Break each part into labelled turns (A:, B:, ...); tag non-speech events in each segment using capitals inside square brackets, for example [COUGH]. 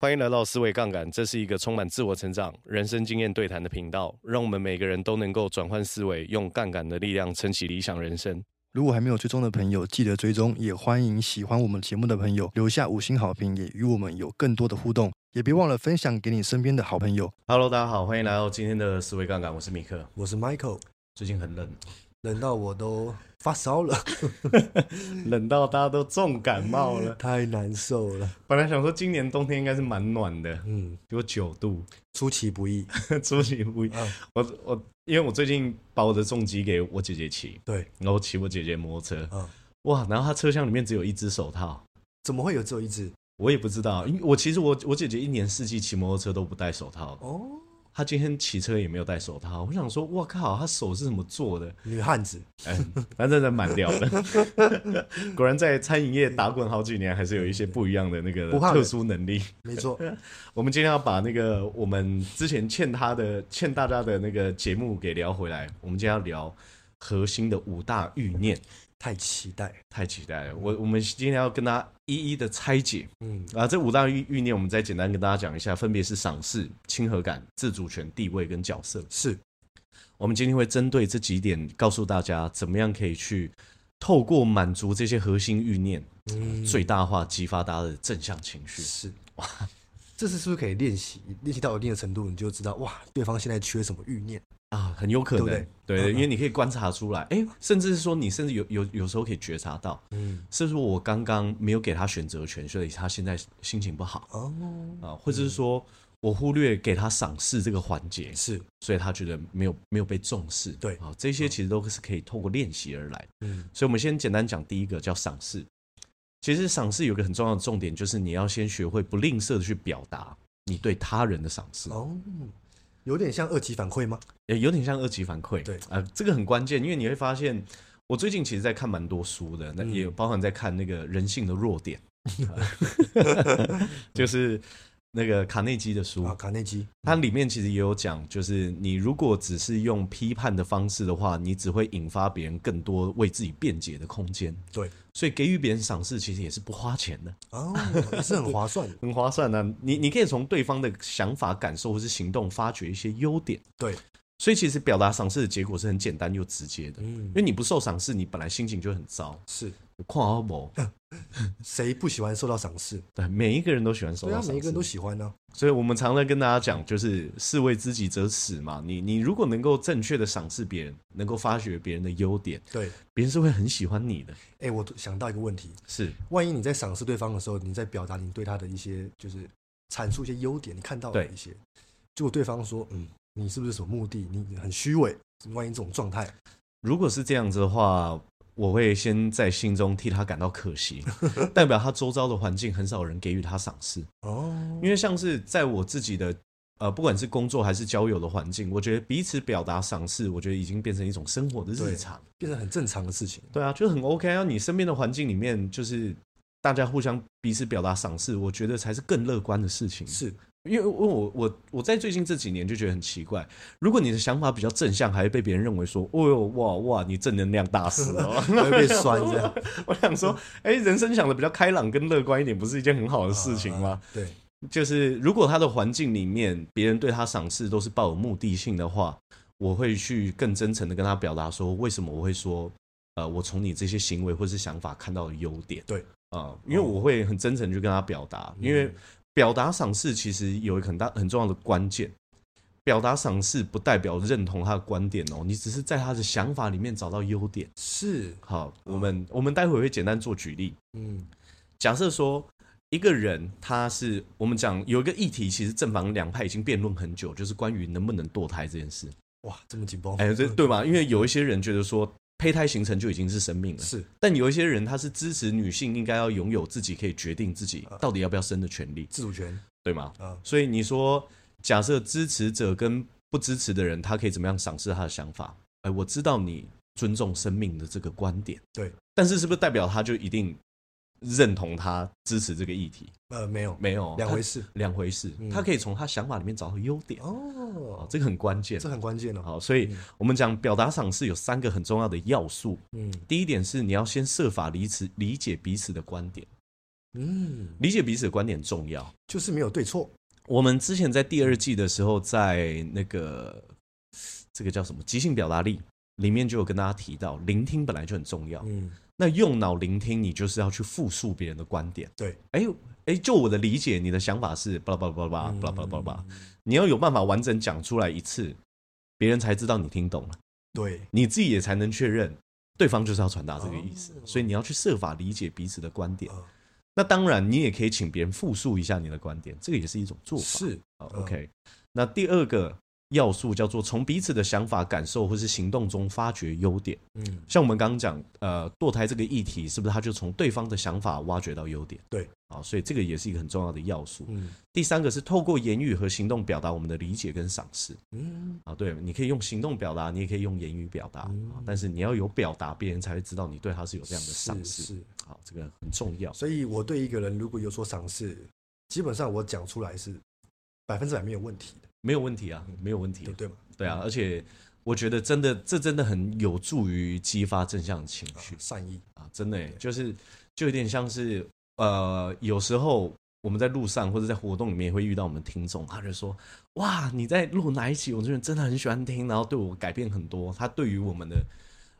A: 欢迎来到思维杠杆，这是一个充满自我成长、人生经验对谈的频道，让我们每个人都能够转换思维，用杠杆的力量撑起理想人生。
B: 如果还没有追踪的朋友，记得追踪，也欢迎喜欢我们节目的朋友留下五星好评，也与我们有更多的互动，也别忘了分享给你身边的好朋友。
A: Hello，大家好，欢迎来到今天的思维杠杆，我是米克。
C: 我是 Michael，
A: 最近很冷，
C: 冷到我都发
B: [LAUGHS]
C: 烧了，
A: 冷到大家都重感冒了。
C: [LAUGHS] 太难受了。
A: [LAUGHS] 本来想说今年冬天应该是蛮暖的，
C: 嗯，
A: 结果九度， [LAUGHS]
C: 出其
B: [LAUGHS]
C: 不意。
A: 出其不意。
C: 嗯
A: 我我因为我最近把我的重机给我姐姐骑，
C: 对，
A: 然后骑我姐姐摩托车，
C: 嗯，
A: 哇，然后她车厢里面只有一只手套。
C: 怎么会有只有一只？
A: 我也不知道，因为我其实我我姐姐一年四季骑摩托车都不戴手套，
C: 哦，
A: 她今天骑车也没有戴手套。我想说，哇靠，她手是怎么做的？
C: 女汉子，
A: 哎，反正真的蛮屌的。 [LAUGHS] 果然在餐饮业打滚好几年，还是有一些不一样的那个
C: 不怕冷
A: 特殊能力。
C: 没
B: [LAUGHS]
C: 错。
A: 我们今天要把那个我们之前欠她的、欠大家的那个节目给聊回来。我们今天要聊核心的五大欲念，
C: 太期待。
A: 太期待了。我我们今天要跟大家一一的拆解。
C: 嗯，
A: 啊，这五大欲欲念，我们再简单跟大家讲一下，分别是赏识、亲和感、自主权、地位跟角色。
C: 是
A: 我们今天会针对这几点，告诉大家怎么样可以去透过满足这些核心欲念，
B: 嗯
A: 最大化激发大家的正向情绪。
C: 嗯是，哇，这次是不是可以练习？练习到一定的程度，你就知道哇，对方现在缺什么欲念。
A: 啊，很有可能，
C: 对不
A: 对因为你可以观察出来，哎、甚至是说你甚至有有有时候可以觉察到，嗯，是不是我刚刚没有给他选择权，所以他现在心情不好
C: 哦，
A: 啊，或者是说我忽略给他赏识这个环节，
C: 是，
A: 所以他觉得没有没有被重视。
C: 对
A: 啊、这些其实都是可以透过练习而来。
C: 嗯，
A: 所以，我们先简单讲第一个叫赏识。其实赏识有一个很重要的重点，就是你要先学会不吝啬的去表达你对他人的赏识，
C: 哦，有点像二级反馈吗？
A: 也有点像二级反馈。
C: 对
A: 啊、这个很关键，因为你会发现，我最近其实在看蛮多书的，那
C: 嗯
A: 也包含在看那个人性的弱
C: [LAUGHS]
A: 点，就是那个卡内基的书
C: 啊，卡内基，
A: 它里面其实也有讲，就是你如果只是用批判的方式的话，你只会引发别人更多为自己辩解的空间。
C: 对，
A: 所以给予别人赏识其实也是不花钱的，
C: 哦，也是很划算的。
A: 很划算啊。你你可以从对方的想法、感受或是行动发掘一些优点。
C: [LAUGHS] 对，
A: 所以其实表达赏识的结果是很简单又直接的，
C: 嗯
A: 因，为你不受赏识，你本来心情就很糟。
C: 是，
A: 况好某，
C: 谁不喜欢受到赏识？
A: 对，每一个人都喜欢收
C: 对
A: 到
C: 啊
A: 赏，识，
C: 每一个人都喜欢呢。
A: 所以我们常常跟大家讲，就是士为知己者死嘛。你你如果能够正确的赏识别人，能够发掘别人的优点，
C: 对，
A: 别人是会很喜欢你的。
C: 哎，我想到一个问题，
A: 是
C: 万一你在赏识对方的时候，你在表达你对他的一些，就是阐述一些优点，你看到的
A: 对
C: 一些，结果对方说，嗯，你是不是有什么目的？你很虚伪。万一这种状态，
A: 如果是这样子的话，我会先在心中替他感到可惜，代表他周遭的环境很少人给予他赏识。
C: 哦，
A: 因为像是在我自己的呃，不管是工作还是交友的环境，我觉得彼此表达赏识，我觉得已经变成一种生活的日
C: 对
A: 常。
C: 变成很正常的事情。
A: 对啊，就很 OK 啊。你身边的环境里面，就是大家互相彼此表达赏识，我觉得才是更乐观的事情。
C: [LAUGHS] 是，
A: 因为因为我我我在最近这几年就觉得很奇怪，如果你的想法比较正向，还会被别人认为说，哦哟哇哇，你正能量大师 [LAUGHS] 哦。
C: 还会被酸这 [LAUGHS] 样
A: 我想说，哎、人生想的比较开朗跟乐观一点，不是一件很好的事情吗？？
C: 啊对，
A: 就是如果他的环境里面别人对他赏识都是抱有目的性的话，我会去更真诚的跟他表达说，为什么我会说，呃，我从你这些行为或是想法看到的优点。
C: 对
A: 啊、因为我会很真诚地去跟他表达，因为表达赏识其实有一个很大很重要的关键。表达赏识不代表认同他的观点哦，你只是在他的想法里面找到优点。
C: 是，
A: 好，我们我们待会会简单做举例。
C: 嗯，
A: 假设说一个人他是我们讲有一个议题，其实正反两派已经辩论很久，就是关于能不能堕胎这件事。
C: 哇，这么紧绷，嗯
A: 哎，这对吧？因为有一些人觉得说胚胎形成就已经是生命了，
C: 是
A: 但有一些人他是支持女性应该要拥有自己可以决定自己到底要不要生的权利，
C: 自主权
A: 对吗？
C: 啊，
A: 所以你说，假设支持者跟不支持的人，他可以怎么样赏识他的想法？哎，我知道你尊重生命的这个观点，
C: 对，
A: 但是是不是代表他就一定认同他支持这个议题？
C: 呃，没有，
A: 没有，
C: 两回
A: 事，
C: 事。
A: 两回事。
C: 嗯
A: 他可以从他想法里面找到优点，
C: 哦
A: 哦，，这个很关键
C: 这。很关键哦。
A: 好，所以
C: 嗯
A: 我们讲表达赏识有三个很重要的要素。
C: 嗯，
A: 第一点是你要先设法理此理解彼此的观点。
C: 嗯，
A: 理解彼此的观点重要。
C: 就是没有对错，
A: 我们之前在第二季的时候，在那个这个叫什么即兴表达力里面就有跟大家提到，聆听本来就很重要。
C: 嗯，
A: 那用脑聆听，你就是要去复述别人的观点。
C: 对，
A: 哎哎，就我的理解，你的想法是巴拉巴拉巴拉啊
C: 嗯
A: 巴拉巴拉巴拉巴拉，你要有办法完整讲出来一次，别人才知道你听懂了，
C: 对，
A: 你自己也才能确认对方就是要传达这个意思
C: 哦。
A: 所以你要去设法理解彼此的观点
C: 哦。
A: 那当然，你也可以请别人复述一下你的观点，这个也是一种做法。
C: 是
A: 好
C: 嗯
A: ，OK。那第二个要素叫做从彼此的想法、感受或是行动中发掘优点。
C: 嗯，
A: 像我们刚刚讲，呃，堕胎这个议题，是不是他就从对方的想法挖掘到优点？
C: 对，
A: 啊，所以这个也是一个很重要的要素。
C: 嗯
A: 第三个是透过言语和行动表达我们的理解跟赏识。
C: 嗯，
A: 啊，对，你可以用行动表达，你也可以用言语表达，啊但是你要有表达，别人才会知道你对他是有这样的赏
C: 是
A: 识。
C: 是，
A: 好，这个很重要。
C: 所以我对一个人如果有所赏识，基本上我讲出来是百分之百没有问题的，
A: 没有问题啊，没有问题
C: 对
A: 啊、
C: 不对嘛？
A: 对啊，而且我觉得真的，这真的很有助于激发正向情绪
C: 善意，
A: 啊！真的欸，就是就有点像是呃，有时候我们在路上或者在活动里面也会遇到我们听众，他就说：“哇，你在录哪一集？我这人真的很喜欢听，然后对我改变很多。”他对于我们的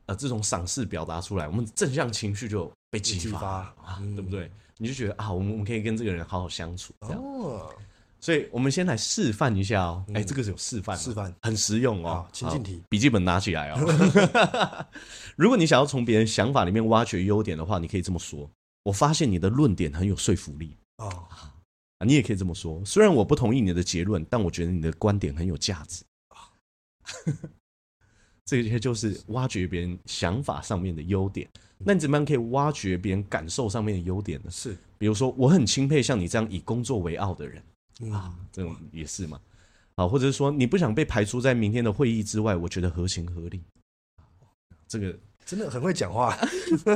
A: 呃这种赏识表达出来，我们正向情绪就被激
C: 激
A: 发
C: 发
A: 啊，
C: 嗯
A: 对不对？你就觉得啊，我们我们可以跟这个人好好相处，这样。
C: 哦，
A: 所以我们先来示范一下哦。哎、
C: 嗯
A: 这个是有示范哦，
C: 示范
A: 很实用哦
C: 好。情境题
A: 好，笔记本拿起来哦。 [LAUGHS] 如果你想要从别人想法里面挖掘优点的话，你可以这么说：我发现你的论点很有说服力
C: 哦，
A: 啊。你也可以这么说：虽然我不同意你的结论，但我觉得你的观点很有价值。 [LAUGHS] 这些就是挖掘别人想法上面的优点。那你怎么样可以挖掘别人感受上面的优点呢？
C: 是
A: 比如说，我很钦佩像你这样以工作为傲的人。
C: 啊，
A: 这种也是嘛。啊，或者是说你不想被排除在明天的会议之外，我觉得合情合理。这个，
C: [LAUGHS] 真的很会讲话，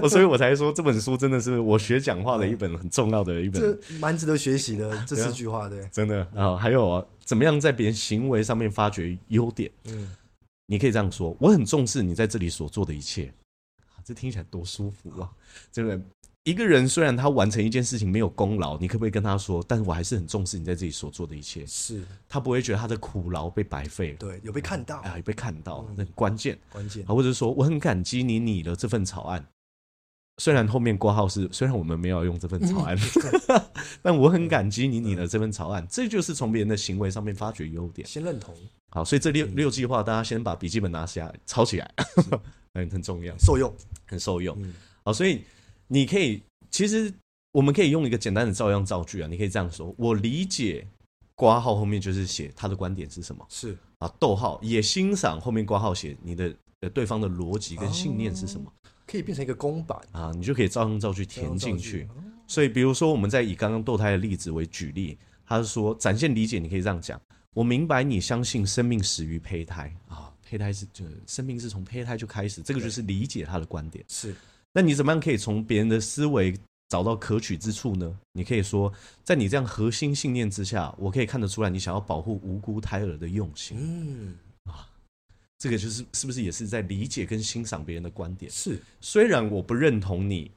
A: 我所以我才说这本书真的是我学讲话的一本很重要的一
C: 这
A: 本，
C: 蛮值得学习
A: 啊
C: 的。这四句话，对，
A: 真的啊。还有啊，怎么样在别人行为上面发掘优点？
C: 嗯，
A: 你可以这样说：我很重视你在这里所做的一切。啊这听起来多舒服啊！这个一个人虽然他完成一件事情没有功劳，你可不可以跟他说？但是我还是很重视你在这里所做的一切，
C: 是
A: 他不会觉得他的苦劳被白费了。
C: 对，有被看到，
A: 啊，也被看到，那很关键。
C: 关键
A: 啊，或者是说我很感激你拟了这份草案，虽然后面挂号是虽然我们没有用这份草案，但我很感激你拟了这份草案，这就是从别人的行为上面发掘优点。
C: [LAUGHS] 先认同，
A: 好，所以这六六句话，大家先把笔记本拿下来抄起来， [LAUGHS] 很很重要，
C: 受用，
A: 很受用。
C: 嗯
A: 好，所以你可以其实我们可以用一个简单的照样造句啊，你可以这样说：我理解挂号后面就是写他的观点是什么。
C: 是
A: 啊，逗号也欣赏后面挂号写你的呃对方的逻辑跟信念是什么、
C: 可以变成一个公版
A: 啊，你就可以照样造句填进去。，哦所以比如说我们在以刚刚堕胎的例子为举例，他是说展现理解，你可以这样讲：我明白你相信生命始于胚胎啊，胚胎是就是生命是从胚胎就开始，这个就是理解他的观点。
C: 是
A: 那你怎么样可以从别人的思维找到可取之处呢？你可以说，在你这样核心信念之下，我可以看得出来你想要保护无辜胎儿的用心。
C: 嗯
A: 这个就是是不是也是在理解跟欣赏别人的观点？
C: 是
A: 虽然我不认同你，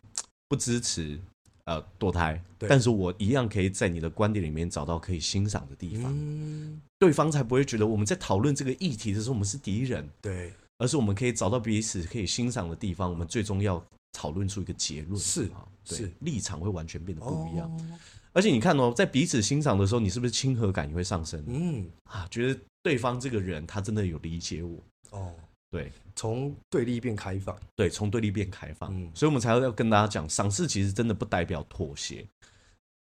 A: 不支持呃堕胎，
C: 对
A: 但是我一样可以在你的观点里面找到可以欣赏的地方，
C: 嗯
A: 对方才不会觉得我们在讨论这个议题的时候我们是敌人，
C: 对
A: 而是我们可以找到彼此可以欣赏的地方，我们最终要讨论出一个结论。
C: 是
A: 啊，对
C: 是
A: 立场会完全变得不一样。
C: 哦
A: 而且你看哦，在彼此欣赏的时候，你是不是亲和感也会上升、
C: 嗯
A: 啊？觉得对方这个人他真的有理解我，
C: 哦，
A: 对。
C: 从对立变开放，
A: 对，从对立变开放，
C: 嗯
A: 所以我们才要跟大家讲，赏识其实真的不代表妥协。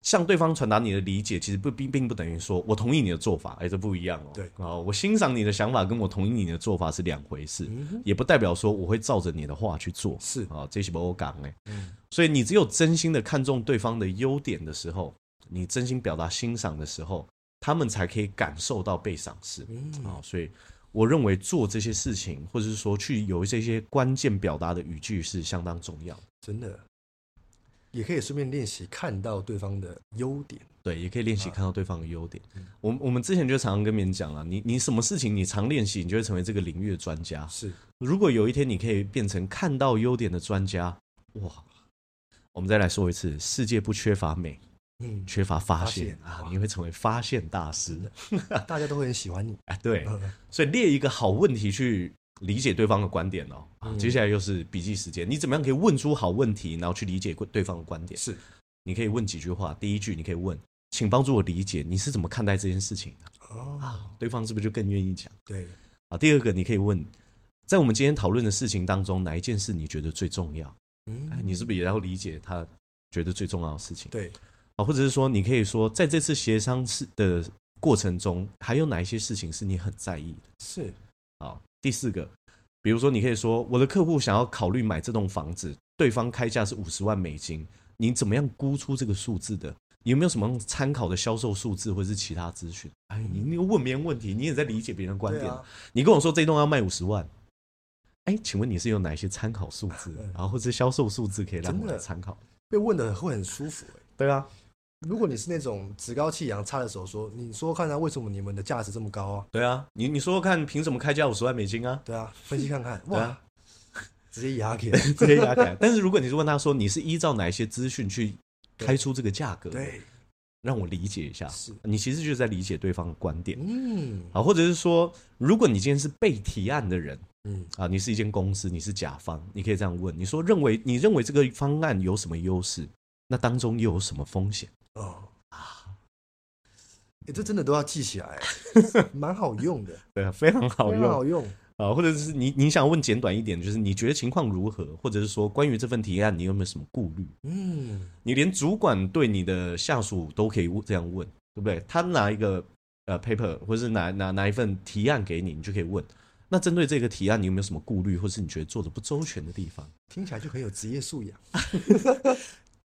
A: 向对方传达你的理解，其实不并并不等于说我同意你的做法，哎，这不一样哦。
C: 对
A: 哦，我欣赏你的想法，跟我同意你的做法是两回事，
C: 嗯哼
A: 也不代表说我会照着你的话去做。
C: 是
A: 啊、这是不欧港哎。
C: 嗯
A: 所以你只有真心的看重对方的优点的时候，你真心表达欣赏的时候，他们才可以感受到被赏识。啊、
C: 嗯
A: 所以我认为做这些事情，或者是说去有这些关键表达的语句是相当重要的。
C: 真的。也可以顺便练习看到对方的优点，
A: 对，也可以练
C: 啊
A: 习看到对方的优点。
C: 嗯
A: 我们我们之前就常常跟别人讲了，你你什么事情你常练习，你就会成为这个领域的专家。
C: 是
A: 如果有一天你可以变成看到优点的专家，哇，我们再来说一次，世界不缺乏美， [LAUGHS]
C: 嗯，
A: 缺乏发
C: 发
A: 现
C: 现
A: 啊
C: 哇，
A: 你会成为发现大师的。
C: 大家都会很
A: [LAUGHS]
C: 喜欢你。
A: 哎，对，
C: 嗯
A: 所以列一个好问题去理解对方的观点哦。
C: 嗯
A: 啊，接下来又是笔记时间，你怎么样可以问出好问题，然后去理解对方的观点？
C: 是，
A: 你可以问几句话。第一句你可以问，请帮助我理解你是怎么看待这件事情的
C: 哦，
A: 啊，对方是不是就更愿意讲
C: 对，
A: 啊？第二个你可以问，在我们今天讨论的事情当中，哪一件事你觉得最重要？哎，
C: 嗯，
A: 你是不是也要理解他觉得最重要的事情？
C: 对，
A: 啊，或者是说，你可以说，在这次协商是的过程中，还有哪一些事情是你很在意的？
C: 是，
A: 啊，第四个，比如说，你可以说，我的客户想要考虑买这栋房子，对方开价是五十万美金，你怎么样估出这个数字的？你有没有什么参考的销售数字或者是其他资讯？哎，你那个问别人问题，你也在理解别人的观
C: 对
A: 点。
C: 啊，
A: 你跟我说这栋要卖五十万，哎，请问你是有哪一些参考数 [LAUGHS] 字，然后或者销售数字可以让我
C: 真的
A: 来参考？
C: 被问的会很舒服、欸。
A: 对啊，
C: 如果你是那种趾高气扬、插着手说，你说看看啊为什么你们的价值这么高啊？
A: 对啊，你你说说看，凭什么开价五十万美金啊？
C: 对啊，分析看看，
A: [LAUGHS] 对
C: 哇，
A: 啊
C: 直接压给，
A: [LAUGHS] [LAUGHS] 直接压起来。但是如果你是问他说你是依照哪一些资讯去开出这个价格，，
C: 对，
A: 让我理解一下，
C: 是
A: 你其实就是在理解对方的观点
C: 嗯
A: 啊，或者是说，如果你今天是被提案的人
C: 嗯，
A: 啊，你是一间公司，你是甲方，你可以这样问，你说认为你认为这个方案有什么优势？那当中又有什么风险？
C: 哦啊，哎、这真的都要记起来，欸蛮好用的，
A: 对啊，非常 [LAUGHS] 好
C: 非常好用，
A: 啊，或者是你你想问简短一点，就是你觉得情况如何，或者是说关于这份提案你有没有什么顾虑？
C: 嗯，
A: 你连主管对你的下属都可以问这样问，对不对？他拿一个呃 paper 或是拿拿拿一份提案给你，你就可以问。那针对这个提案，你有没有什么顾虑，或是你觉得做的不周全的地方？
C: 听起来就很有职业素养。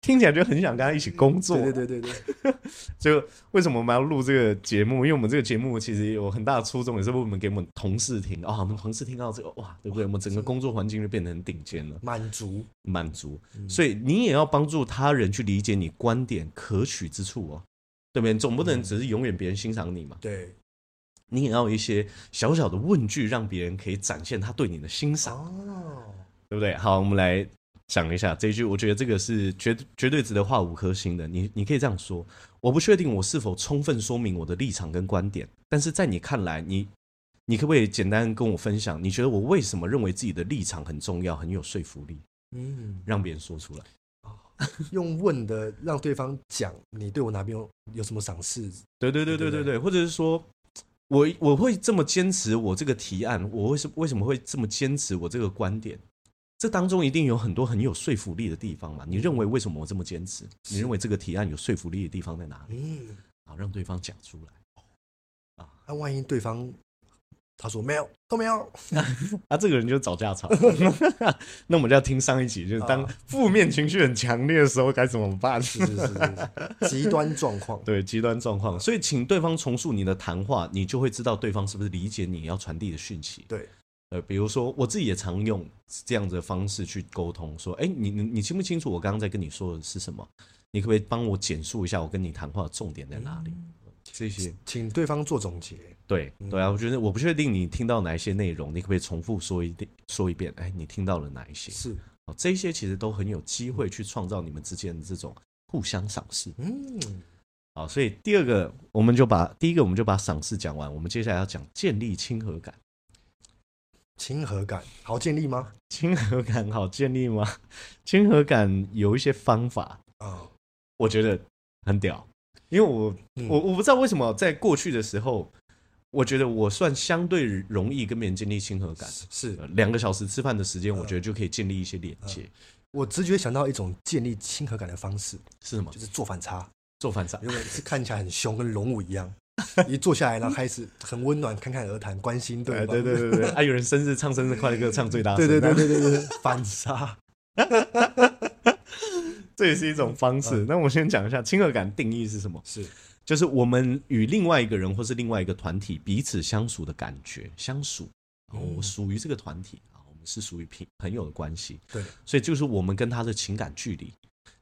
A: 听起来就很想跟他一起工作。
C: 对对对对对，
A: 就为什么我们要录这个节目？因为我们这个节目其实有很大的初衷，也是为我们给我们同事听啊、我们同事听到这个哇，对不对？我们整个工作环境就变得很顶尖了，
C: 满足，
A: 满足。所以你也要帮助他人去理解你观点可取之处哦，对不对？你总不能只是永远别人欣赏你嘛。
C: 对，
A: 你也要有一些小小的问句，让别人可以展现他对你的欣赏，
C: 哦，
A: 对不对？好，我们来讲一下这一句，我觉得这个是绝绝对值得画五颗星的。你你可以这样说：我不确定我是否充分说明我的立场跟观点，但是在你看来，你你可不可以简单跟我分享，你觉得我为什么认为自己的立场很重要，很有说服力，
C: 嗯，
A: 让别人说出来？
C: 用问的让对方讲你对我哪边有有什么赏识，
A: 对对对对对对，或者是说。我我会这么坚持我这个提案，我为什为什么会这么坚持我这个观点？这当中一定有很多很有说服力的地方嘛？你认为为什么我这么坚持？你认为这个提案有说服力的地方在哪里？
C: 嗯，
A: 好，让对方讲出来
C: 那、万一对方他说没有都没有，
A: [LAUGHS] 啊！这个人就是找架 [LAUGHS] 吵。那我们就要听上一集，就是当负面情绪很强烈的时候该怎么办？
C: 是是是是是，极端状况，
A: [LAUGHS] 对极端状况，所以请对方重述你的谈话，你就会知道对方是不是理解你要传递的讯息。
C: 对，
A: 呃，比如说我自己也常用这样子的方式去沟通，说，哎，你你你清不清楚我刚刚在跟你说的是什么？你可不可以帮我简述一下我跟你谈话的重点在哪里？
C: 嗯
A: 这些
C: 请对方做总结，
A: 对对啊，我觉得我不确定你听到哪一些内容，你可不可以重复说一遍说一遍？哎，你听到了哪一些？
C: 是，
A: 哦，这些其实都很有机会去创造你们之间的这种互相赏识。
C: 嗯，
A: 好，所以第二个我们就把第一个我们就把赏识讲完，我们接下来要讲建立亲和感。
C: 亲和感好建立吗？
A: 亲和感好建立吗？ [LAUGHS] 亲和感有一些方法，
C: 啊、
A: 我觉得很屌，因为我、
C: 嗯
A: 我我不知道为什么在过去的时候，我觉得我算相对容易跟别人建立亲和感。
C: 是嗯
A: 呃两个小时吃饭的时间，我觉得就可以建立一些连接，
C: 我直觉想到一种建立亲和感的方式，
A: 是什么
C: 就？是做反差，
A: 做饭菜
C: 因为是看起来很凶，跟龙武一样。一坐下来，然后开始很温暖，侃侃而谈，关心对
A: 哎对
C: 方。
A: 对对 [LAUGHS] 对，啊，有人生日唱生日快乐歌唱最大声，
C: 对对对对对对对，反差
A: 这也是一种方式。
C: 嗯
A: 那我先讲一下亲和感定义是什么，
C: 是
A: 就是我们与另外一个人或是另外一个团体彼此相属的感觉，相属。哦我属于这个团体啊，我们是属于朋朋友的关系，
C: 对，
A: 所以就是我们跟他的情感距离，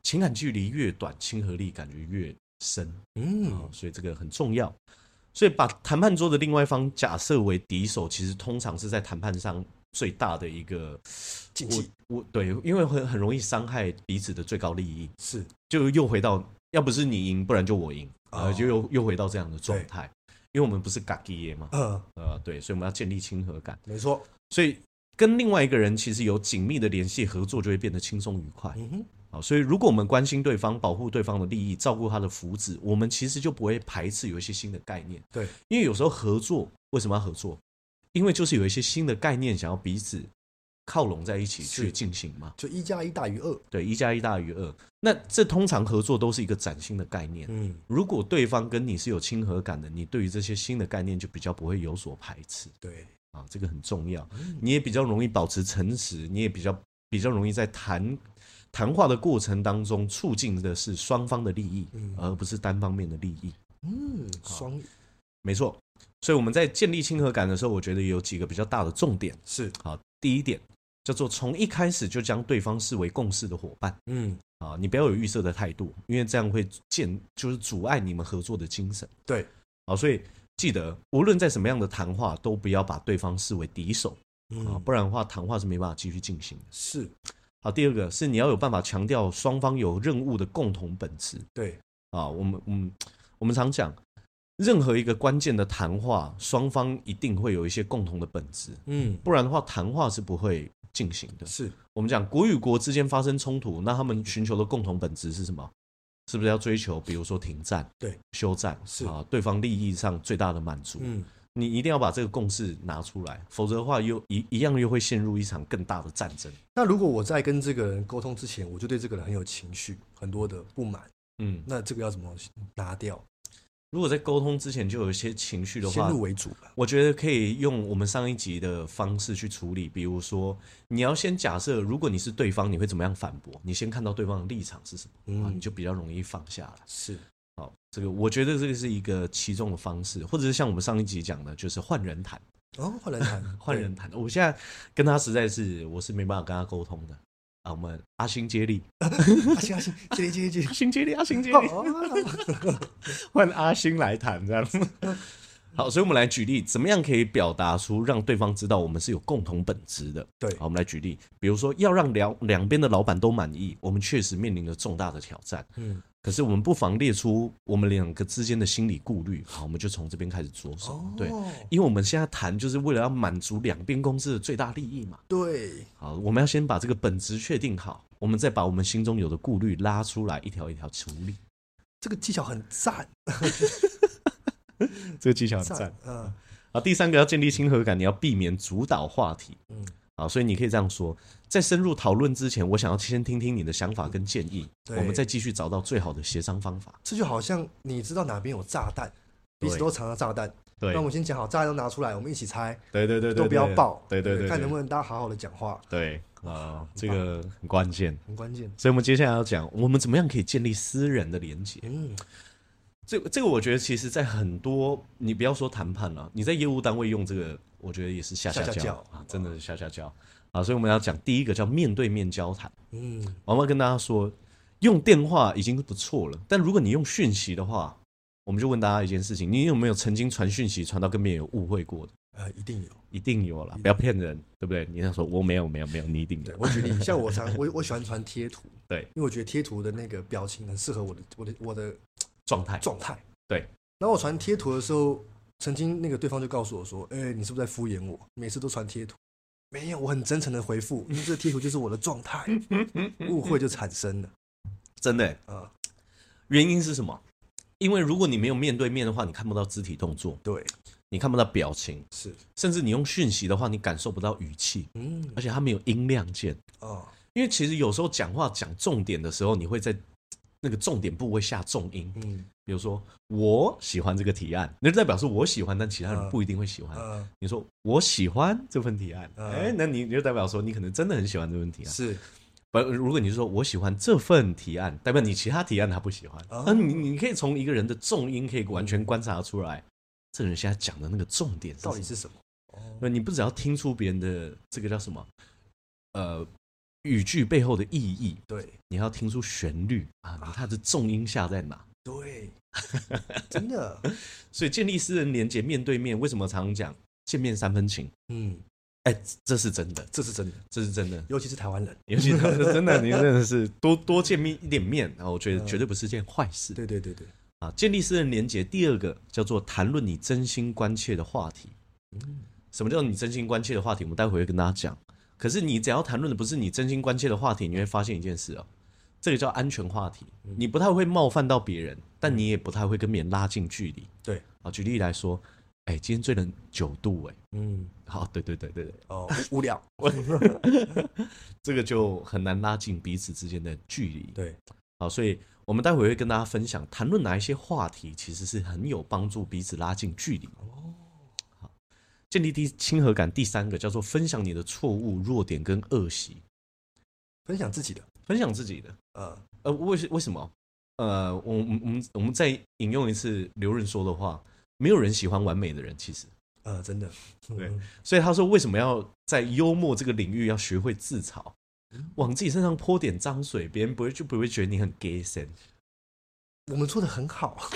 A: 情感距离越短，亲和力感觉越深。
C: 嗯
A: 哦，所以这个很重要。所以把谈判桌的另外一方假设为敌手，其实通常是在谈判上最大的一个
C: 禁
A: 我
C: 忌
A: 我对，因为很很容易伤害彼此的最高利益，
C: 是
A: 就又回到要不是你赢，不然就我赢，啊、
C: 哦
A: 就又又回到这样的状态。因为我们不是嘎基耶嘛，
C: 嗯，
A: 呃，对，所以我们要建立亲和感，
C: 没错，
A: 所以跟另外一个人其实有紧密的联系，合作就会变得轻松愉快。
C: 嗯哼，
A: 啊，所以如果我们关心对方、保护对方的利益、照顾他的福祉，我们其实就不会排斥有一些新的概念。
C: 对，
A: 因为有时候合作为什么要合作？因为就是有一些新的概念想要彼此靠拢在一起
C: 是
A: 去进行嘛。
C: 就一加一大于二，
A: 对，一加一大于二。那这通常合作都是一个崭新的概念。
C: 嗯，
A: 如果对方跟你是有亲和感的，你对于这些新的概念就比较不会有所排斥
C: 对，
A: 啊，这个很重要。你也比较容易保持诚实，你也比较比较容易在谈谈话的过程当中促进的是双方的利益，
C: 嗯
A: 而不是单方面的利益。
C: 嗯，双
A: 没错，所以我们在建立亲和感的时候，我觉得有几个比较大的重点。
C: 是，
A: 好，第一点叫做从一开始就将对方视为共事的伙伴
C: 嗯，
A: 啊，你不要有预设的态度，因为这样会建就是阻碍你们合作的精神。
C: 对，
A: 好，所以记得无论在什么样的谈话，都不要把对方视为敌手啊，
C: 嗯，
A: 不然的话谈话是没办法继续进行的。
C: 是
A: 好，第二个是你要有办法强调双方有任务的共同本质
C: 对，
A: 啊。我们嗯，我们常讲，任何一个关键的谈话，双方一定会有一些共同的本质，
C: 嗯，
A: 不然的话，谈话是不会进行的。
C: 是
A: 我们讲国与国之间发生冲突，那他们寻求的共同本质是什么？是不是要追求，比如说停战、
C: 对
A: 休战
C: 是
A: 啊，对方利益上最大的满足？
C: 嗯，
A: 你一定要把这个共识拿出来，否则的话又一一样又会陷入一场更大的战争。
C: 那如果我在跟这个人沟通之前，我就对这个人很有情绪，很多的不满，
A: 嗯，
C: 那这个要怎么拿掉？
A: 如果在沟通之前就有一些情绪的
C: 先
A: 话，
C: 入为主吧。
A: 我觉得可以用我们上一集的方式去处理。比如说，你要先假设，如果你是对方，你会怎么样反驳？你先看到对方的立场是什么，啊，
C: 嗯
A: 你就比较容易放下来。
C: 是，
A: 好，这个我觉得这个是一个其中的方式，或者是像我们上一集讲的，就是换人谈，
C: 哦， [LAUGHS] 换人谈，
A: 换人谈。我现在跟他实在是我是没办法跟他沟通的啊。我们阿星接力，
C: 对，啊行啊行，接接 [LAUGHS] 接接。
A: 阿星接力，阿星接
C: 哦
A: [LAUGHS] 力，
C: 哦
A: [LAUGHS] 换阿星来谈这样子。 [LAUGHS] 好，所以我们来举例，怎么样可以表达出让对方知道我们是有共同本质的？
C: 对
A: 好，我们来举例，比如说要让两两边的老板都满意，我们确实面临了重大的挑战。
C: 嗯，
A: 可是我们不妨列出我们两个之间的心理顾虑。好，我们就从这边开始着手。
C: 哦
A: 对，因为我们现在谈就是为了要满足两边公司的最大利益嘛。
C: 对，
A: 好，我们要先把这个本质确定好，我们再把我们心中有的顾虑拉出来，一条一条处理。
C: 这个技巧很赞，
A: 这个技巧很
C: 赞，嗯
A: 啊，第三个要建立亲和感，你要避免主导话题。
C: 嗯，
A: 啊，所以你可以这样说：在深入讨论之前，我想要先听听你的想法跟建议，
C: 对
A: 我们再继续找到最好的协商方法。
C: 这就好像你知道哪边有炸弹，彼此
A: 对
C: 都藏了炸弹，
A: 对
C: 那我们先讲好，炸弹都拿出来，我们一起拆，
A: 对对对
C: 都不要爆，看能不
A: 能
C: 能大家好好的讲话，
A: 对啊，这个很关键。
C: 很关键。
A: 所以，我们接下来要讲，我们怎么样可以建立私人的连接？
C: 嗯，
A: 这个这个，我觉得其实，在很多你不要说谈判了、你在业务单位用这个，我觉得也是下下
C: 下下
A: 叫
C: 叫
A: 啊，真的是下下叫啊。所以，我们要讲第一个叫面对面交谈。
C: 嗯，
A: 我们要跟大家说，用电话已经不错了，但如果你用讯息的话，我们就问大家一件事情：你有没有曾经传讯息传到跟别人有误会过的？
C: 呃，一定有。
A: 一定有啦，不要骗人，对不对？你要说我没有，没有，没有，你一定
C: 对
A: 有。
C: 我举例，像我常 [LAUGHS] 我我喜欢传贴图，
A: 对
C: 因为我觉得贴图的那个表情很适合我的我的我的
A: 状态
C: 状态。
A: 对
C: 然后我传贴图的时候，曾经那个对方就告诉我说：“哎、你是不是在敷衍我？每次都传贴图。”没有，我很真诚的回复，因为这个贴图就是我的状态，误会就产生了
A: 真的欸、
C: 啊。
A: 原因是什么？因为如果你没有面对面的话，你看不到肢体动作，
C: 对，
A: 你看不到表情，
C: 是，
A: 甚至你用讯息的话，你感受不到语气，
C: 嗯，
A: 而且它没有音量键。
C: 哦，
A: 因为其实有时候讲话讲重点的时候，你会在那个重点部位下重音，
C: 嗯，
A: 比如说我喜欢这个提案，那就代表是我喜欢，但其他
C: 嗯
A: 人不一定会喜欢。
C: 呃，
A: 你说我喜欢这份提案，哎、
C: 嗯
A: 那你你就代表说你可能真的很喜欢这份提案。
C: 是，
A: 不，如果你是说我喜欢这份提案，代表你其他提案他不喜欢。
C: 哦
A: 嗯、你你可以从一个人的重音可以完全观察出来，这个人现在讲的那个重点是
C: 到底
A: 什
C: 是什么？哦
A: 么对你不只要听出别人的这个叫什么，呃，语句背后的意义，
C: 对，
A: 你要听出旋律啊，它的重音下在哪？
C: 对，真的，
A: 所以建立私人连接，面对面，为什么常常讲见面三分情？
C: [LAUGHS] 嗯，
A: 哎、这是真的，
C: 这是真的，
A: 这是真 [LAUGHS] 的。
C: 尤其是台湾人。
A: 尤其他们真的，你真的是多多见面一点面，嗯然后啊我觉得绝对不是件坏事
C: 对对对对，
A: 啊。建立私人连接，第二个叫做谈论你真心关切的话题。嗯什么叫你真心关切的话题？我们待会会跟大家讲。可是你只要谈论的不是你真心关切的话题，你会发现一件事哦，这个叫安全话题。你不太会冒犯到别人，但你也不太会跟别人拉近距离
C: 对，
A: 啊。举例来说，哎、今天醉了九度、哎，
C: 嗯，
A: 好，对对对对对，
C: 哦，无无聊，
A: 这个就很难拉近彼此之间的距离。
C: 对，
A: 好，所以我们待会会跟大家分享谈论哪一些话题，其实是很有帮助彼此拉近距离。哦，好，建立第亲和感，第三个叫做分享你的错误、弱点跟恶习，
C: 分享自己的，
A: 分享自己的。
C: 呃，
A: 呃，为什为什么？呃，我我们我们我们再引用一次刘润说的话，没有人喜欢完美的人，其实。
C: 呃，真的，
A: 对
C: 嗯，
A: 所以他说，为什么要在幽默这个领域要学会自嘲，往自己身上泼点脏水，别人不会就不会觉得你很 gay 神。
C: 我们做的很好，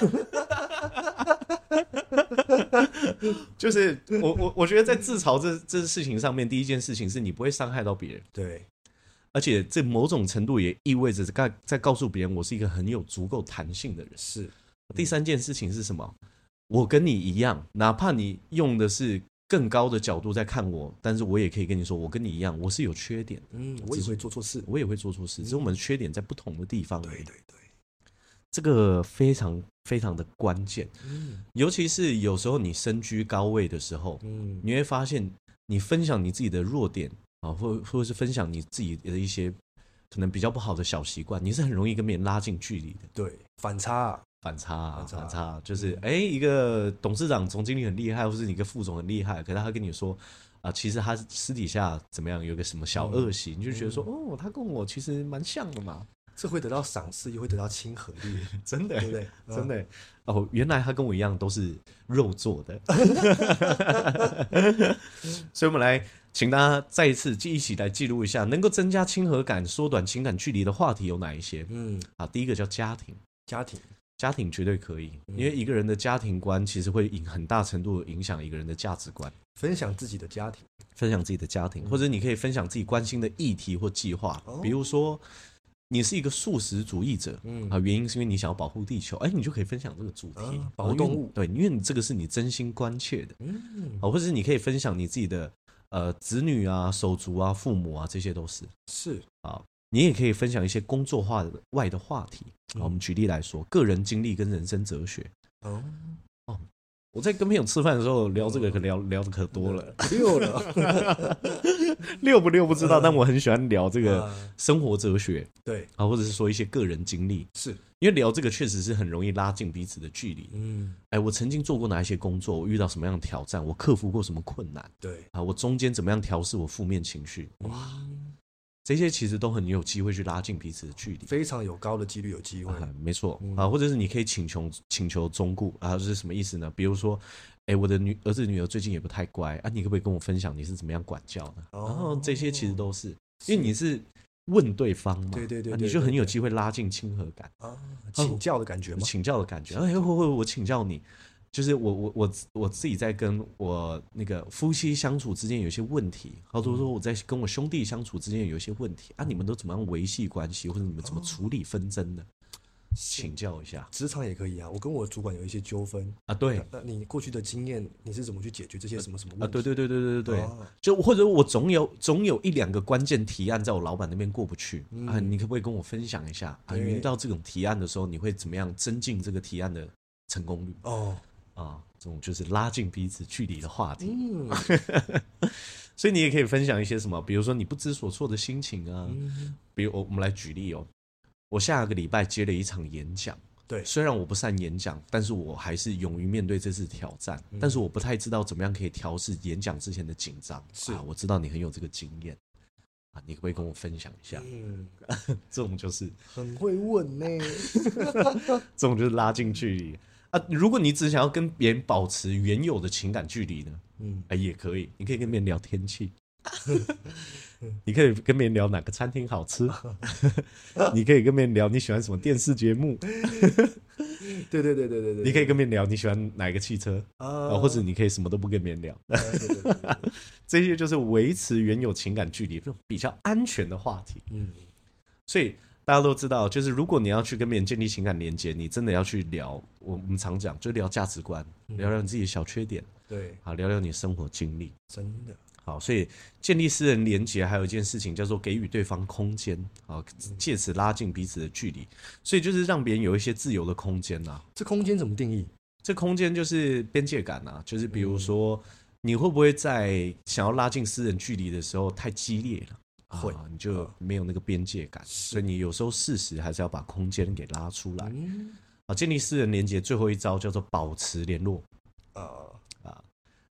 A: 就是我 [LAUGHS] 我我觉得在自嘲这这事情上面，第一件事情是你不会伤害到别人，
C: 对，
A: 而且这某种程度也意味着在在告诉别人我是一个很有足够弹性的人。
C: 是，
A: 第三件事情是什么？我跟你一样，哪怕你用的是更高的角度在看我，但是我也可以跟你说，我跟你一样，我是有缺点，
C: 嗯，我也会做错事，
A: 我也会做错事，只是我们缺点在不同的地方而已。
C: 对对对，
A: 这个非常非常的关键，
C: 嗯
A: 尤其是有时候你身居高位的时候，
C: 嗯，
A: 你会发现，你分享你自己的弱点啊，或或者是分享你自己的一些可能比较不好的小习惯，你是很容易跟别人拉近距离的。
C: 对，反差啊，
A: 反差、啊，
C: 反差
A: 反差啊，就是哎、诶一个董事长、总经理很厉害，或是你一个副总很厉害，可是他跟你说啊、其实他私底下怎么样，有个什么小恶习，你就觉得说，哦，他跟我其实蛮像的嘛，
C: 这会得到赏识，又会得到亲和力，
A: 真的
C: [LAUGHS] 对不对？
A: 真
C: 嗯
A: 的、哦，原来他跟我一样都是肉做的， [LAUGHS] 所以我们来请大家再一次记一起来记录一下，能够增加亲和感、缩短情感距离的话题有哪一些
C: 嗯，
A: 啊？第一个叫家庭，
C: 家庭，
A: 家庭绝对可以，
C: 嗯
A: 因为一个人的家庭观其实会影很大程度地影响一个人的价值观。
C: 分享自己的家庭，
A: 分享自己的家庭，或者你可以分享自己关心的议题或计划
C: 嗯哦，
A: 比如说。你是一个素食主义者，
C: 嗯
A: 啊，原因是因为你想要保护地球，哎、你就可以分享这个主题，
C: 啊
A: 啊
C: 保护动物
A: 因为你对，因为你这个是你真心关切的，
C: 嗯，
A: 啊，或者是你可以分享你自己的呃子女啊、手足啊、父母啊，这些都是。
C: 是，
A: 你也可以分享一些工作化的外的话题。啊，
C: 嗯
A: 我们举例来说，个人经历跟人生哲学。
C: 哦，
A: 我在跟朋友吃饭的时候聊这个，可聊聊的可多了， [LAUGHS]
C: 六了， [LAUGHS]
A: 六不六不
C: 嗯
A: 知道，但我很喜欢聊这个
C: 啊
A: 生活哲学
C: 对，
A: 啊，或者是说一些个人经历，
C: 是，
A: 因为聊这个确实是很容易拉近彼此的距离。
C: 嗯，
A: 哎，我曾经做过哪一些工作，我遇到什么样的挑战，我克服过什么困难
C: 对，
A: 啊，我中间怎么样调试我负面情绪，
C: 哇，
A: 这些其实都很有机会去拉近彼此的距离。
C: 非嗯常有高的几率有机会，
A: 啊，没错啊，或者是你可以请求请求忠顾啊，这是什么意思呢？比如说，哎、我的女儿子女儿最近也不太乖啊，你可不可以跟我分享你是怎么样管教的？
C: 哦
A: 然后这些其实都是因为你是问对方嘛，
C: 对对对
A: 啊
C: 对
A: 你就
C: 对
A: 很有
C: 对
A: 机会拉近亲和感、
C: 啊，请教的感觉吗？
A: 嗯请教的感觉。哎，会会我请教你。就是我我我我自己在跟我那个夫妻相处之间有一些问题，或者
C: 嗯
A: 说我在跟我兄弟相处之间有一些问题啊，你们都怎么样维系关系，或者你们怎么处理纷争的？请教一下。
C: 职场也可以啊，我跟我主管有一些纠纷，
A: 啊，对
C: 那你过去的经验，你是怎么去解决这些什么什么
A: 啊，
C: 问题？
A: 对对对对对对对，
C: 哦
A: 就或者我总有总有一两个关键提案在我老板那边过不去、啊，你可不可以跟我分享一下啊？
C: 嗯对
A: 你遇到这种提案的时候，你会怎么样增进这个提案的成功率
C: 哦，
A: 啊？这种就是拉近彼此距离的话题，
C: 嗯，
A: 所以你也可以分享一些什么，比如说你不知所措的心情啊，
C: 嗯
A: 比如我我们来举例哦。我下个礼拜接了一场演讲，
C: 对
A: 虽然我不善演讲，但是我还是勇于面对这次挑战。
C: 嗯
A: 但是我不太知道怎么样可以调试演讲之前的紧张。
C: 是
A: 啊，我知道你很有这个经验啊，你可不可以跟我分享一下？
C: 嗯， [LAUGHS]
A: 这种就是
C: 很
A: [LAUGHS]
C: 会问呢，
A: 这种就是拉近距离啊。如果你只想要跟别人保持原有的情感距离呢，
C: 嗯，
A: 哎、也可以，你可以跟别人聊天气 [LAUGHS] 你可以跟别人聊哪个餐厅好吃，你可以跟别人聊你喜欢什么电视节目，
C: 对对对对对对，
A: 你可以跟别人聊你喜欢哪一个汽车，
C: 啊
A: 啊，或者你可以什么都不跟别人聊， [LAUGHS]
C: 啊对对对对对
A: 这些就是维持原有情感距离比较安全的话题。
C: 嗯，
A: 所以大家都知道，就是如果你要去跟别人建立情感连接，你真的要去聊，我我们常讲就聊价值观，聊聊你自己的小缺点，
C: 对，
A: 好，聊聊你生活经历。
C: 真的，
A: 好，所以建立私人连结还有一件事情叫做给予对方空间啊，借此拉近彼此的距离。所以就是让别人有一些自由的空间啊呐、
C: 这空间怎么定义？
A: 这空间就是边界感呐、就是比
C: 嗯
A: 如说，你会不会在想要拉近私人距离的时候太激烈了？
C: 会
A: 啊，你就没有那个边界感，所以你有时候适时还是要把空间给拉出来
C: 嗯
A: 啊。建立私人连接最后一招叫做保持联络，
C: 啊，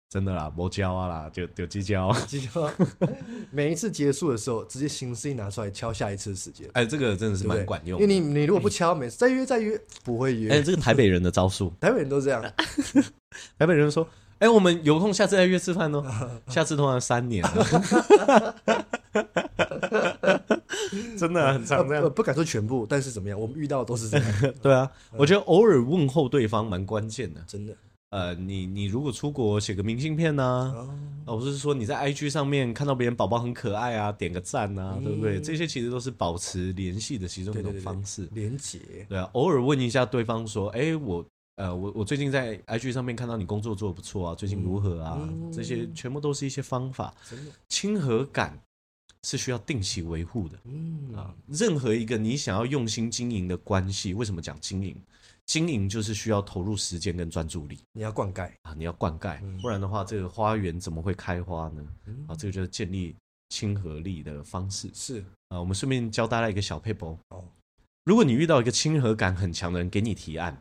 A: 真的啦，磨交啊啦，就啊就鸡交。
C: 记得啊 [LAUGHS] 每一次结束的时候，直接行事一拿出来敲下一次的时间，
A: [LAUGHS] 哎，这个真的是
C: 对不
A: 蛮
C: 对？
A: 管用的
C: 因为你你如果不敲，每次再约再约不会
A: 哎、
C: 约，
A: 这个台北人的招数，
C: 台北人都这样，呃
A: 台北人说：“哎、我们有空下次再约吃饭哦。”
C: [LAUGHS]
A: 下次通常三年了， [LAUGHS] 真的很常这
C: 呃
A: 样。
C: 不敢说全部，但是怎么样，我们遇到的都嗯是这样，
A: 对啊，我觉得偶尔问候对方蛮关键的。
C: 真的。
A: 呃，你你如果出国写个明信片呐、
C: 哦
A: 啊，我是说你在 IG 上面看到别人宝宝很可爱啊，点个赞呐、啊，对不对？这些其实都是保持联系的其中一
C: 嗯对对
A: 种
C: 对对
A: 方式。
C: 连结，
A: 对啊，偶尔问一下对方说，哎、我呃，我我最近在 IG 上面看到你工作做的不错啊，最近如何啊？
C: 嗯
A: 这些全部都是一些方法，
C: 真的，
A: 亲和感是需要定期维护的
C: 嗯
A: 啊。任何一个你想要用心经营的关系，为什么讲经营？经营就是需要投入时间跟专注力
C: 你要灌溉，
A: 啊，你要灌溉，
C: 嗯
A: 不然的话，这个花园怎么会开花呢？啊，这个就是建立亲和力的方式。
C: 是
A: 啊，我们顺便教大家一个小配博
C: 哦
A: 如果你遇到一个亲和感很强的人给你提案，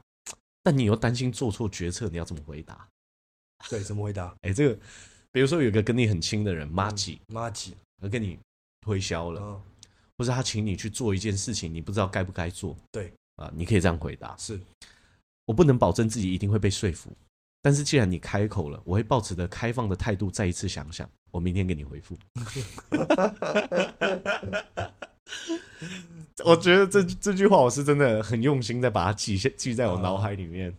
A: 但你又担心做错决策，你要怎么回答？
C: 对，怎么回答？
A: 哎，这个，比如说有一个跟你很亲的人，妈吉，
C: 妈吉，
A: 他跟你推销了，
C: 嗯，
A: 或是他请你去做一件事情，你不知道该不该做，
C: 对，
A: 啊，你可以这样回答：
C: 是
A: 我不能保证自己一定会被说服，但是既然你开口了，我会抱持着开放的态度再一次想想，我明天给你回复。 [LAUGHS] 我觉得这这句话我是真的很用心在把它记下记在我脑海里面。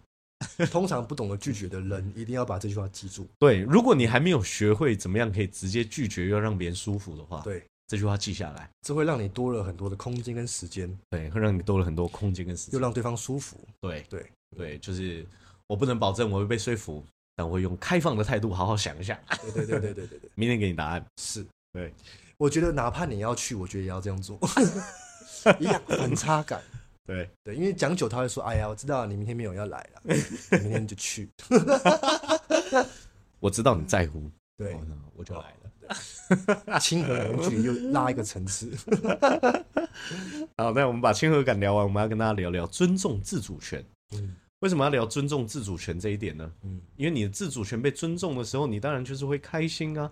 C: 通常不懂得拒绝的人，一定要把这句话记住。
A: 对，如果你还没有学会怎么样可以直接拒绝又让别人舒服的话，，
C: 对，
A: 这句话记下来，
C: 这会让你多了很多的空间跟时间，
A: 对，会让你多了很多空间跟时
C: 又
A: 间。
C: 让对方舒服。
A: 对
C: 对，
A: 对，就是我不能保证我会被说服，但我会用开放的态度好好想一 [LAUGHS] 下，
C: 对对对对对对对，
A: 明天给你答案。
C: [LAUGHS] 是。
A: 对，
C: 我觉得哪怕你要去，我觉得也要这样做，一样反差感。
A: 对，
C: 对，因为讲久他会说：“哎呀，我知道你明天没有要来了，
A: [LAUGHS]
C: 你明天就去。
A: 我知道你在乎，”
C: 对，
A: 哦那我就来了。哦
C: 亲和人距离又拉一个层次。
A: 好，那我们把亲和感聊完，我们要跟大家聊聊尊重自主权。
C: 嗯
A: 为什么要聊尊重自主权这一点呢？
C: 嗯
A: 因为你的自主权被尊重的时候，你当然就是会开心啊。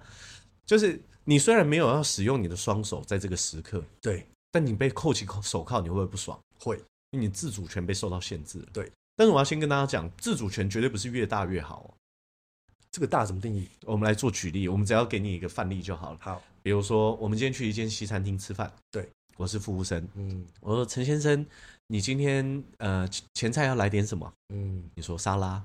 A: 就是你虽然没有要使用你的双手在这个时刻，
C: 对，
A: 但你被扣起扣手铐，你会不会不爽？
C: 会，
A: 因为你自主权被受到限制了。
C: 对，
A: 但是我要先跟大家讲，自主权绝对不是越大越好哦、
C: 这个大怎么定义？
A: 我们来做举例，我们只要给你一个范例就好了。
C: 好，
A: 比如说，我们今天去一间西餐厅吃饭，
C: 对
A: 我是服务生，
C: 嗯
A: 我说陈先生，你今天呃前前菜要来点什么？
C: 嗯，
A: 你说沙拉，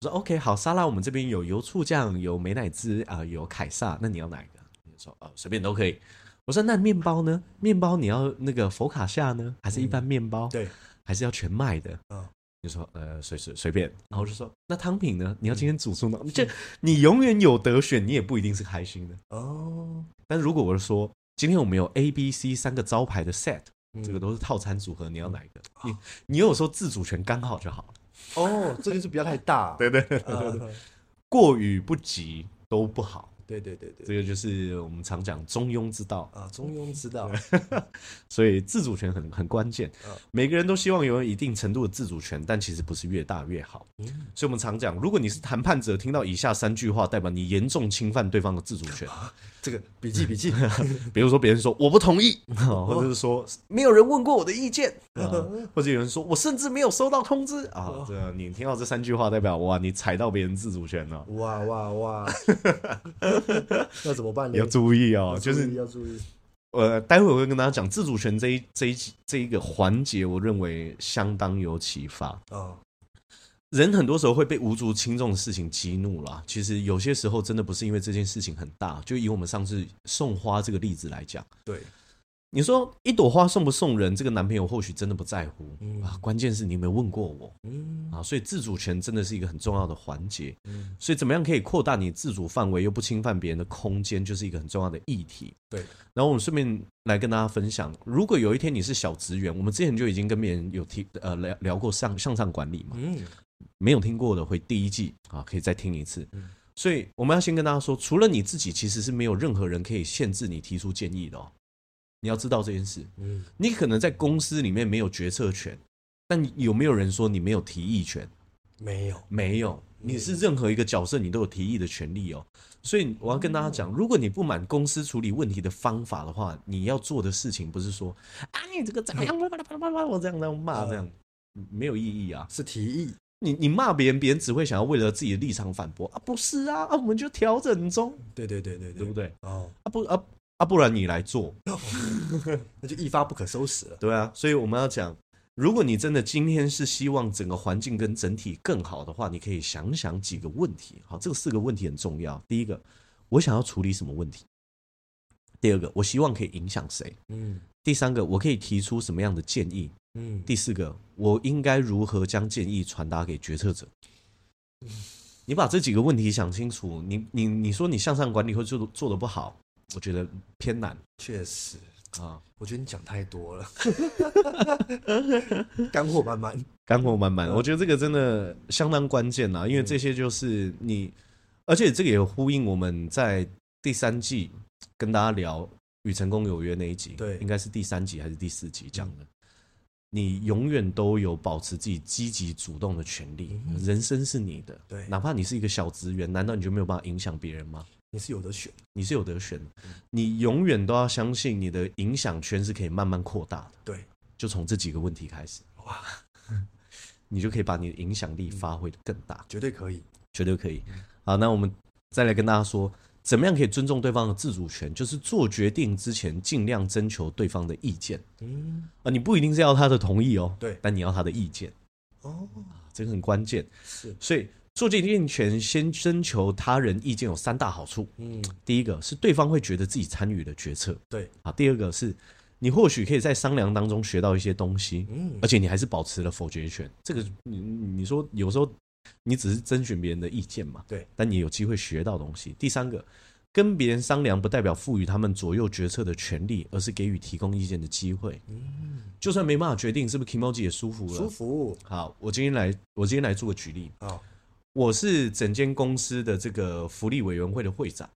A: 我说 OK 好，沙拉我们这边有油醋酱，有美乃滋啊、有凯撒，那你要哪一个？你说呃随便都可以。我说那面包呢？面包你要那个佛卡夏呢，还是一般面包？
C: 嗯对，
A: 还是要全麦的？
C: 嗯
A: 你说呃随随随便，然后我就说那汤品呢？你要今
C: 嗯
A: 天煮出呢？这你永远有得选，你也不一定是开心的。
C: 哦，
A: 但如果我是说今天我们有 A、B、C 三个招牌的 set，这个
C: 嗯
A: 都是套餐组合，你要哪一个？你你有时候自主权刚好就好了。
C: 哦，这就是不要太
A: [LAUGHS]
C: 大。
A: 对对对
C: 啊，
A: 过于不及都不好，
C: [LAUGHS] 对对对对，
A: 这个就是我们常讲中庸之道。
C: 啊，中庸
A: [LAUGHS]
C: 之道。
A: 所以自主权很很关键
C: 嗯，
A: 每个人都希望有一定程度的自主权，但其实不是越大越好。
C: 嗯
A: 所以我们常讲，如果你是谈判者，听到以下三句话，代表你严重侵犯对方的自主权。
C: 这个笔记
A: [LAUGHS]
C: 笔记，
A: 比如说别人说我不同意，啊或者是说没有人问过我的意见，啊 [LAUGHS] 或者有人说我甚至没有收到通知啊。这 [LAUGHS] 样你听到这三句话，代表哇，你踩到别人自主权了。
C: 哇哇哇！要怎么办呢？
A: 要注意
C: 要
A: 哦，
C: 注
A: 就
C: 意
A: 是
C: 要注意，
A: 呃，待会我会跟大家讲自主权这一这一集这一个环节，我认为相当有启发。
C: 啊，
A: 人很多时候会被无足轻重的事情激怒啦。其实有些时候真的不是因为这件事情很大，就以我们上次送花这个例子来讲，
C: 对，
A: 你说一朵花送不送人，这个男朋友或许真的不在乎、
C: 嗯
A: 啊。关键是你有没有问过我
C: 嗯
A: 啊？所以自主权真的是一个很重要的环节。
C: 嗯，
A: 所以怎么样可以扩大你自主范围，又不侵犯别人的空间，就是一个很重要的议题。
C: 对，
A: 然后我们顺便来跟大家分享，如果有一天你是小职员，我们之前就已经跟别人有提呃聊聊过上向上管理嘛，
C: 嗯，
A: 没有听过的回第一季啊，可以再听一次
C: 嗯。
A: 所以我们要先跟大家说，除了你自己，其实是没有任何人可以限制你提出建议的哦。你要知道这件事，
C: 嗯，
A: 你可能在公司里面没有决策权，但有没有人说你没有提议权？
C: 没有，
A: 没有，你是任何一个角色，你都有提议的权利哦。所以我要跟大家讲，如果你不满公司处理问题的方法的话，你要做的事情不是说，哎，这个怎么样，叭叭叭叭叭，我这样这样骂这样，没有意义啊。
C: 是提议，
A: 你你骂别人，别人只会想要为了自己的立场反驳啊，不是啊，啊，我们就调整中，
C: 对对对对对，
A: 对不？对？
C: 哦，
A: 啊不啊啊，不然你来做，
C: 那就一发不可收拾了。
A: 对啊。所以我们要讲，如果你真的今天是希望整个环境跟整体更好的话，你可以想想几个问题。好，这个四个问题很重要。第一个，我想要处理什么问题？第二个，我希望可以影响谁？
C: 嗯
A: 第三个，我可以提出什么样的建议？
C: 嗯，
A: 第四个，我应该如何将建议传达给决策者？你把这几个问题想清楚，你你你说你向上管理会做得做的不好，我觉得偏难
C: 确实，
A: 啊，
C: 我觉得你讲太多 [LAUGHS] 了，干货满满。
A: 干货满
C: 嗯
A: 满。我觉得这个真的相当关键啊啦，因为这些就是你，而且这个也呼应我们在第三季跟大家聊《与成功有约》那一集，
C: 对嗯
A: 应该是第三集还是第四集讲的。你永远都有保持自己积极主动的权利，人生是你的，
C: 嗯对
A: 哪怕你是一个小职员，难道你就没有办法影响别人吗？
C: 你是有的选，
A: 你是有得选的，
C: 嗯
A: 你永远都要相信你的影响圈是可以慢慢扩大的。
C: 对，
A: 就从这几个问题开始，
C: 哇，
A: [LAUGHS] 你就可以把你的影响力发挥的更大，
C: 绝对可以。
A: 绝对可以。
C: 嗯
A: 好，那我们再来跟大家说，怎么样可以尊重对方的自主权？就是做决定之前，尽量征求对方的意见
C: 嗯，
A: 啊，你不一定是要他的同意哦，
C: 对
A: 但你要他的意见，啊
C: 哦，
A: 这个很关键。
C: 是，
A: 所以做决定权先征求他人意见有三大好处。
C: 嗯，
A: 第一个是对方会觉得自己参与了决策，
C: 对，
A: 啊，第二个是你或许可以在商量当中学到一些东西，
C: 嗯
A: 而且你还是保持了否决权。这个你你说有时候你只是征询别人的意见嘛，
C: 对，
A: 但你有机会学到东西。第三个，跟别人商量不代表赋予他们左右决策的权利，而是给予提供意见的机会。
C: 嗯，
A: 就算没办法决定，是不是 Kimoji 也舒服了？
C: 舒服。
A: 好，我今天来，我今天来做个举例。
C: 好，
A: 我是整间公司的这个福利委员会的会长。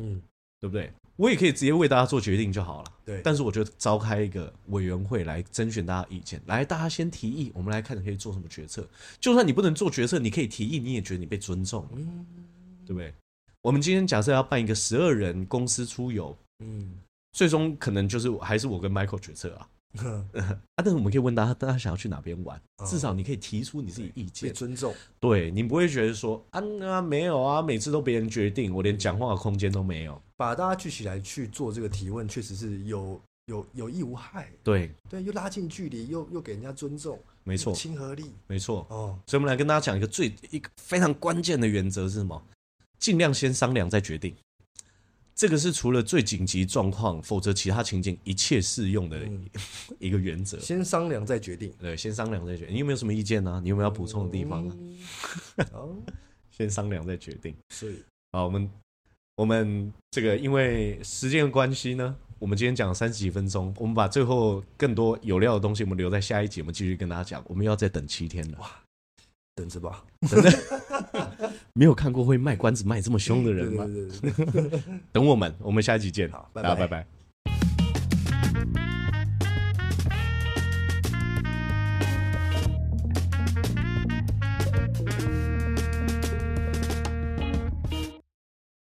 C: 嗯，
A: 对不对？我也可以直接为大家做决定就好了。
C: 对
A: 但是我就召开一个委员会来甄选大家意见，来大家先提议，我们来看可以做什么决策。就算你不能做决策，你可以提议，你也觉得你被尊重，
C: 嗯
A: 对不对？我们今天假设要办一个十二人公司出游，
C: 嗯，
A: 最终可能就是还是我跟 Michael 决策啊
C: 呵
A: 啊！但是我们可以问大家，大家想要去哪边玩
C: 哦，
A: 至少你可以提出你自己意
C: [LAUGHS] 被
A: 见，
C: 尊重。
A: 对你不会觉得说啊啊没有啊，每次都别人决定，我连讲话的空间都没有。
C: 把大家聚起来去做这个提问，确实是有有有益无害，
A: 对，
C: 对，又拉近距离，又又给人家尊重，
A: 没错
C: 有，亲和力
A: 没错。
C: 哦，
A: 所以，我们来跟大家讲一个最一个非常关键的原则是什么？尽量先商量再决定。这个是除了最紧急状况，否则其他情境一切适用的
C: 嗯
A: 一个原则。
C: 先商量再决定。
A: 对，先商量再决定。你有没有什么意见呢、啊你有没有要补充的地方啊？
C: 嗯 [LAUGHS] 哦，
A: 先商量再决定。
C: 所以
A: 好，我们我们这个因为时间的关系呢，我们今天讲三十几分钟，我们把最后更多有料的东西，我们留在下一集，我们继续跟大家讲。我们又要再等七天了。
C: 等着吧。
A: 没有看过会卖关子卖这么凶的
C: 对
A: 人
C: 对
A: 吗？
C: 对对对，
A: 等我们，我们下一集见。
C: 好拜
A: 大家
C: 啊拜
A: 拜拜